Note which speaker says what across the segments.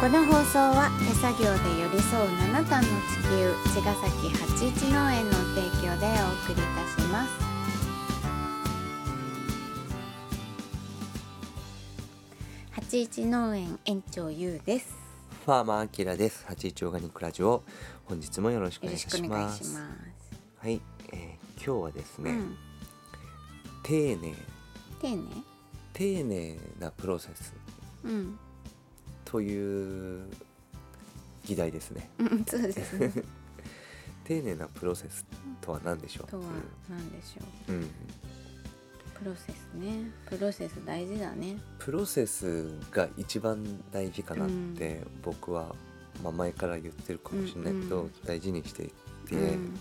Speaker 1: この放送は手作業で寄り添う七段の地球茅ヶ崎八一農園の提供でお送りいたします八一農園園長ゆうです
Speaker 2: ファーマーアキラです。八一オーガニックラジオ。本日もよろしくお
Speaker 1: よろ
Speaker 2: 願いい
Speaker 1: したくお願い
Speaker 2: し
Speaker 1: し
Speaker 2: ます。
Speaker 1: ます
Speaker 2: はい、えー今日はですね、
Speaker 1: うん、
Speaker 2: 丁寧、
Speaker 1: 丁寧
Speaker 2: 丁寧なプロセス
Speaker 1: うん
Speaker 2: という議題ですね。
Speaker 1: うん そうですね
Speaker 2: 丁寧なプロセスとは何でしょう。
Speaker 1: とは何でしょう
Speaker 2: うん、うん
Speaker 1: プロセスねプロセス大事だね
Speaker 2: プロセスが一番大事かなって、僕は。まあ、前から言ってるかもしれないけど、
Speaker 1: うんうん
Speaker 2: 大事にしていて、
Speaker 1: うん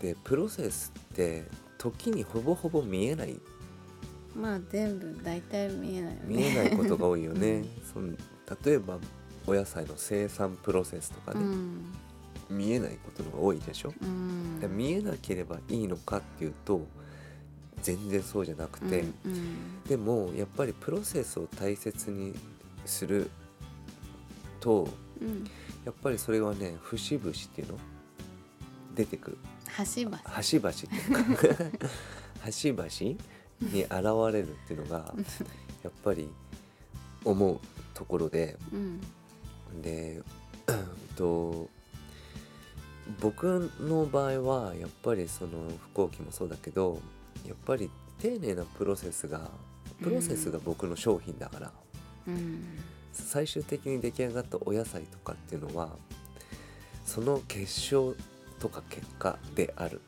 Speaker 2: でプロセスって時にほぼほぼ見えない
Speaker 1: まあ全部大体見えないよね
Speaker 2: 見えないことが多いよ
Speaker 1: う
Speaker 2: ね
Speaker 1: ん。
Speaker 2: その例えばお野菜の生産プロセスとか
Speaker 1: う
Speaker 2: ね、
Speaker 1: ん
Speaker 2: 見えないことのが多いでしょ。
Speaker 1: うん
Speaker 2: で見えなければいいのかっていうと全然そうじゃなくて、
Speaker 1: うんうん
Speaker 2: でもやっぱりプロセスを大切にすると
Speaker 1: うん、
Speaker 2: やっぱりそれはね節々っていうの出てくる
Speaker 1: 端々
Speaker 2: 端々っていうか端々に現れるっていうのがやっぱり思うところで。
Speaker 1: うん
Speaker 2: でうんと僕の場合はやっぱりその飛行機もそうだけどやっぱり丁寧なプロセスがプロセスが僕の商品だから、
Speaker 1: うん
Speaker 2: 最終的に出来上がったお野菜とかっていうのはその結晶とか結果である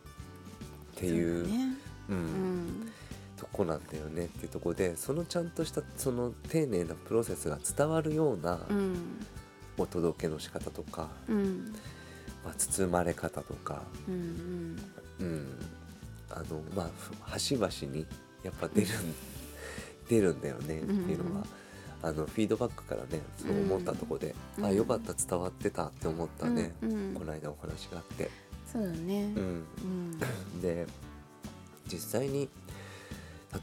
Speaker 2: っていう
Speaker 1: そうだね
Speaker 2: うん
Speaker 1: うん
Speaker 2: とこなんだよねっていうとこでそのちゃんとしたその丁寧なプロセスが伝わるような
Speaker 1: うん
Speaker 2: お届けの仕方とか、
Speaker 1: うん
Speaker 2: まあ、包まれ方とか、
Speaker 1: うん
Speaker 2: うん、あのまあふ端々にやっぱ出る 出るんだよねっていうの
Speaker 1: うんうん
Speaker 2: は、あのフィードバックからねそう思ったとこで、
Speaker 1: うん
Speaker 2: あよかった伝わってたって思ったね、
Speaker 1: うんうん
Speaker 2: この間お話があって。
Speaker 1: そうだね
Speaker 2: うん、
Speaker 1: うん
Speaker 2: で実際に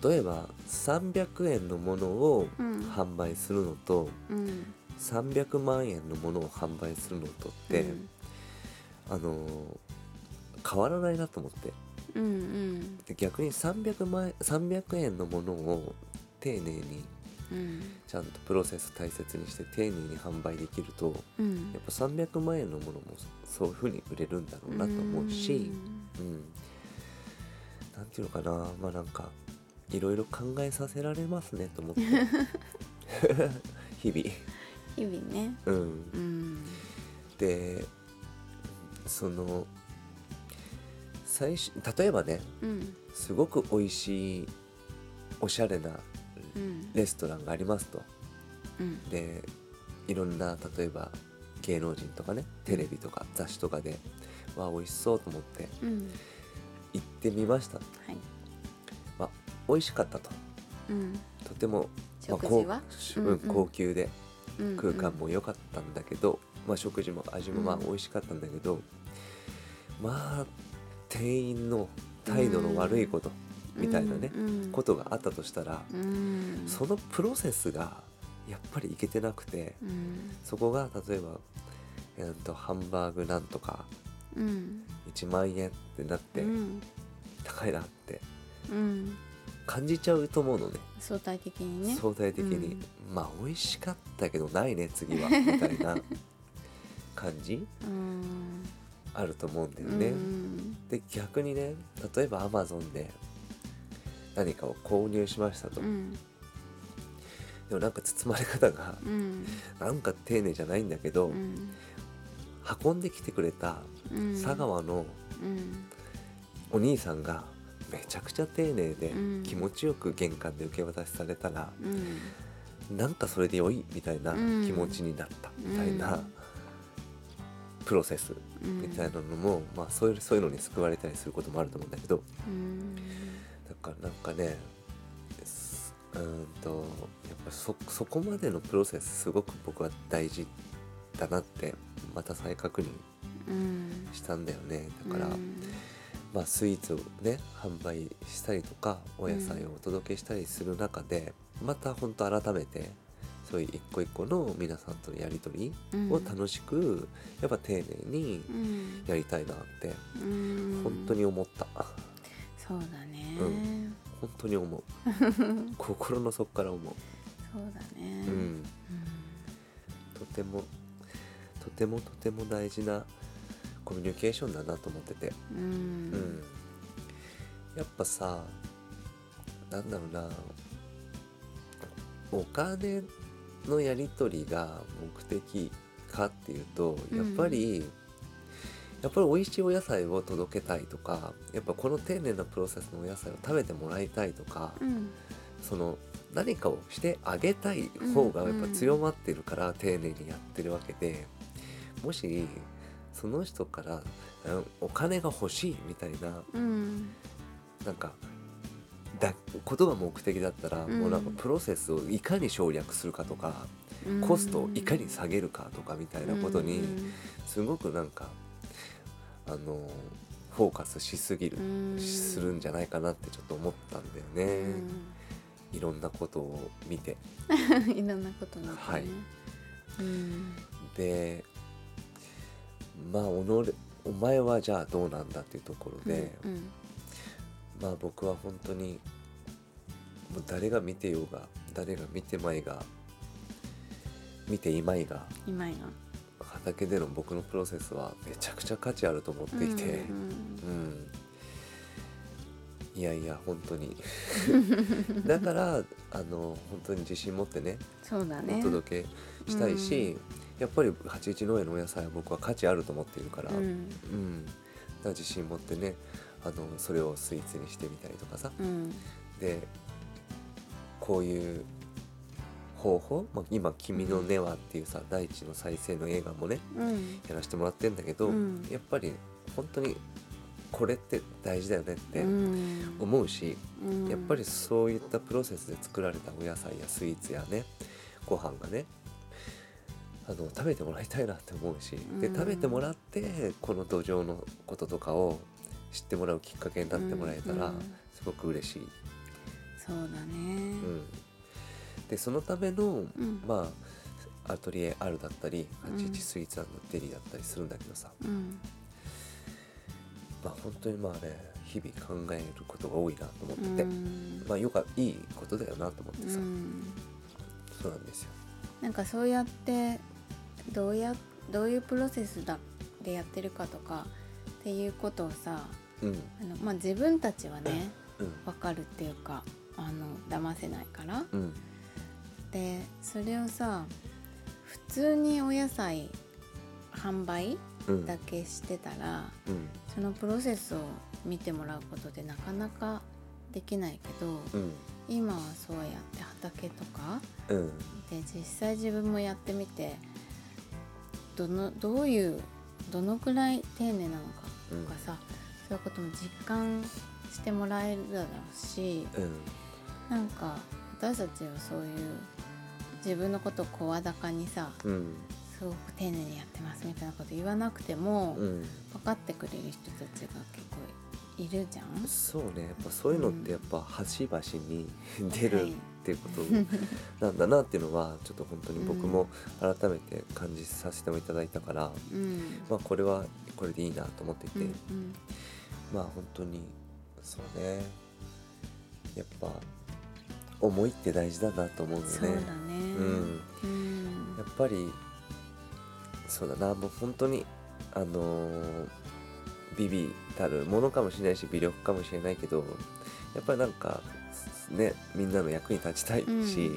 Speaker 2: 例えば300円のものを
Speaker 1: うん
Speaker 2: 販売するのと、
Speaker 1: うん
Speaker 2: 300万円のものを販売するのとって、
Speaker 1: うん
Speaker 2: あの変わらないなと思って
Speaker 1: うんうん
Speaker 2: で逆に300万円300円のものを丁寧に
Speaker 1: うん
Speaker 2: ちゃんとプロセス大切にして丁寧に販売できると
Speaker 1: うん
Speaker 2: やっぱ300万円のものもそういうふうに売れるんだろうなと思うし、うんなんていうのかなまあなんかいろいろ考えさせられますねと思って 日
Speaker 1: 日々ね
Speaker 2: 々。うん
Speaker 1: うん
Speaker 2: でその最初例えばね
Speaker 1: うん
Speaker 2: すごく美味しいおしゃれな
Speaker 1: うん
Speaker 2: レストランがありますと
Speaker 1: うん
Speaker 2: でいろんな例えば芸能人とかねテレビとか雑誌とかでわあ美味しそうと思って
Speaker 1: うん
Speaker 2: 行ってみました
Speaker 1: はい
Speaker 2: 美味しかったと
Speaker 1: うん
Speaker 2: とても、まあ
Speaker 1: 食事は
Speaker 2: 高しうん
Speaker 1: うんうん
Speaker 2: 高級で
Speaker 1: うん
Speaker 2: 空間も良かったんだけど、まあ、食事も味もまあ
Speaker 1: うん
Speaker 2: 美味しかったんだけど、まあ店員の態度の悪いことみたいなね、
Speaker 1: うん
Speaker 2: ことがあったとしたら、
Speaker 1: うん
Speaker 2: そのプロセスがやっぱりいけてなくて
Speaker 1: うん
Speaker 2: そこが例えば、えーとハンバーグなんとか
Speaker 1: うん
Speaker 2: 1万円ってなって、
Speaker 1: うん
Speaker 2: 高いなって
Speaker 1: うん
Speaker 2: 感じちゃうと思うのね
Speaker 1: 相対的にね
Speaker 2: 相対的に、まあ美味しかったけどないね次 はみたいな感じ
Speaker 1: うん
Speaker 2: あると思うんだよね。
Speaker 1: うん
Speaker 2: で逆にね例えば Amazon で何かを購入しましたと、
Speaker 1: うん
Speaker 2: でもなんか包まれ方が
Speaker 1: うん
Speaker 2: なんか丁寧じゃないんだけど、
Speaker 1: うん
Speaker 2: 運んできてくれた
Speaker 1: うん
Speaker 2: 佐川の
Speaker 1: うん
Speaker 2: お兄さんがめちゃくちゃ丁寧で
Speaker 1: うん
Speaker 2: 気持ちよく玄関で受け渡しされたら、
Speaker 1: うん
Speaker 2: なんかそれで良いみたいな
Speaker 1: うん
Speaker 2: 気持ちになったみたいな、
Speaker 1: うん
Speaker 2: プロセス
Speaker 1: うん
Speaker 2: みたいなのも、まあそういうそういうのに救われたりすることもあると思うんだけど、
Speaker 1: うん
Speaker 2: だからなんかねすうーんとやっぱそそこまでのプロセスすごく僕は大事だなってまた再確認
Speaker 1: うん
Speaker 2: したんだよねだから、
Speaker 1: うん
Speaker 2: まあスイーツをね販売したりとかお野菜をお届けしたりする中で、またほんと改めてそういう一個一個の皆さんとのやり取り
Speaker 1: うん
Speaker 2: を楽しくやっぱ丁寧に
Speaker 1: うん
Speaker 2: やりたいなって
Speaker 1: うん
Speaker 2: 本当に思った
Speaker 1: そうだね、
Speaker 2: う本当 に思う心の底から思
Speaker 1: そうだね
Speaker 2: う、うん、とてもとてもとても大事なコミュニケーションだなと思ってて
Speaker 1: うんうん
Speaker 2: うん、やっぱさなんだろうなお金のやり取りが目的かっていうと
Speaker 1: うん
Speaker 2: やっぱり、やっぱり美味しいお野菜を届けたいとかやっぱこの丁寧なプロセスのお野菜を食べてもらいたいとか、
Speaker 1: うん
Speaker 2: その何かをしてあげたい方がやっぱ強まってるから丁寧にやってるわけでもしその人からうんお金が欲しいみたいな
Speaker 1: うん
Speaker 2: なんかだことが目的だったら、
Speaker 1: うん
Speaker 2: もうなんかプロセスをいかに省略するかとか、
Speaker 1: うん
Speaker 2: コストをいかに下げるかとかみたいなことに、すごくなんかあのフォーカスしすぎる、
Speaker 1: うん
Speaker 2: するんじゃないかなってちょっと思ったんだよね、いろんなことを見て。
Speaker 1: うん いろんなことになってね、
Speaker 2: はい
Speaker 1: うん
Speaker 2: でまあおのれお前はじゃあどうなんだっていうところで、
Speaker 1: うん
Speaker 2: まあ僕は本当にもう誰が見てようが誰が見てまいが見ていまいが
Speaker 1: 今や
Speaker 2: 畑での僕のプロセスはめちゃくちゃ価値あると思っていて、
Speaker 1: う
Speaker 2: うん
Speaker 1: ん
Speaker 2: いやいや本当 にだからあの本当に自信持ってね
Speaker 1: そうだ
Speaker 2: お
Speaker 1: ね
Speaker 2: 届けしたいし、やっぱり八一農園のお野菜は僕は価値あると思っているから、
Speaker 1: うん
Speaker 2: うん、だから自信持ってねあのそれをスイーツにしてみたりとかさ
Speaker 1: うん
Speaker 2: でこういう方法、まあ、今「君の根は」っていうさ大地の再生の映画もね
Speaker 1: うん
Speaker 2: やらせてもらってんだけど、
Speaker 1: うん
Speaker 2: やっぱり本当にこれって大事だよねって
Speaker 1: うん
Speaker 2: 思うし、
Speaker 1: うん
Speaker 2: やっぱりそういったプロセスで作られたお野菜やスイーツやねご飯がねあの食べてもらいたいなって思うし、で
Speaker 1: うん
Speaker 2: 食べてもらってこの土壌のこととかを知ってもらうきっかけになってもらえた
Speaker 1: う
Speaker 2: ら
Speaker 1: ん
Speaker 2: すごく嬉しい。
Speaker 1: そうだ
Speaker 2: うん
Speaker 1: ね
Speaker 2: でそのための、
Speaker 1: うん
Speaker 2: まあアトリエ R だったり
Speaker 1: うん
Speaker 2: 81スイーツデリだったりするんだけどさ、
Speaker 1: うん
Speaker 2: まあ本当にまあね日々考えることが多いなと思ってて、
Speaker 1: うん
Speaker 2: まあよかいいことだよなと思って
Speaker 1: う
Speaker 2: さ、
Speaker 1: ん
Speaker 2: そうなんですよ。
Speaker 1: なんかそうやってどうやどういうプロセスだでやってるかとかっていうことをさ
Speaker 2: うん
Speaker 1: あの、まあ、自分たちはね
Speaker 2: うん
Speaker 1: 分かるっていうかあの騙せないから
Speaker 2: うん
Speaker 1: でそれをさ普通にお野菜販売
Speaker 2: うん
Speaker 1: だけしてたら
Speaker 2: うん
Speaker 1: そのプロセスを見てもらうことでなかなかできないけど
Speaker 2: うん
Speaker 1: 今はそうやって畑とか
Speaker 2: うん
Speaker 1: で実際自分もやってみてどのどういうどのくらい丁寧なのか
Speaker 2: うん
Speaker 1: とかさ、そういうことも実感してもらえるだろうし
Speaker 2: う
Speaker 1: な
Speaker 2: ん
Speaker 1: んか私たちはそういう自分のことを声高にさ
Speaker 2: うん
Speaker 1: すごく丁寧にやってますみたいなこと言わなくても、
Speaker 2: うん
Speaker 1: 分かってくれる人たちが結構いるじゃん。
Speaker 2: そうねやっぱそういうのってやっぱ端々に出るっていうことなんだなっていうのはちょっと本当に僕も改めて感じさせてもいただいたから、
Speaker 1: うん
Speaker 2: まあこれはこれでいいなと思っていて、
Speaker 1: うんうん
Speaker 2: まあ本当にそうねやっぱ思いって大事だなと思うの
Speaker 1: そうだね。
Speaker 2: うん
Speaker 1: うん
Speaker 2: やっぱりそうだなもう本当にあのービビたるものかもしれないし微力かもしれないけどやっぱりなんかねみんなの役に立ちたいし、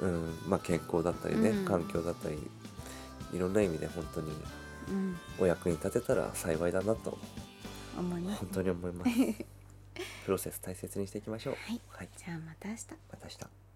Speaker 2: うんまあ、健康だったりね、
Speaker 1: うん
Speaker 2: 環境だったりいろんな意味で本当に
Speaker 1: うん
Speaker 2: お役に立てたら幸いだなと
Speaker 1: 思います
Speaker 2: 本当に思います。プロセス大切にしていきましょう。
Speaker 1: はい
Speaker 2: はい、
Speaker 1: じゃあまた明日。
Speaker 2: また明日。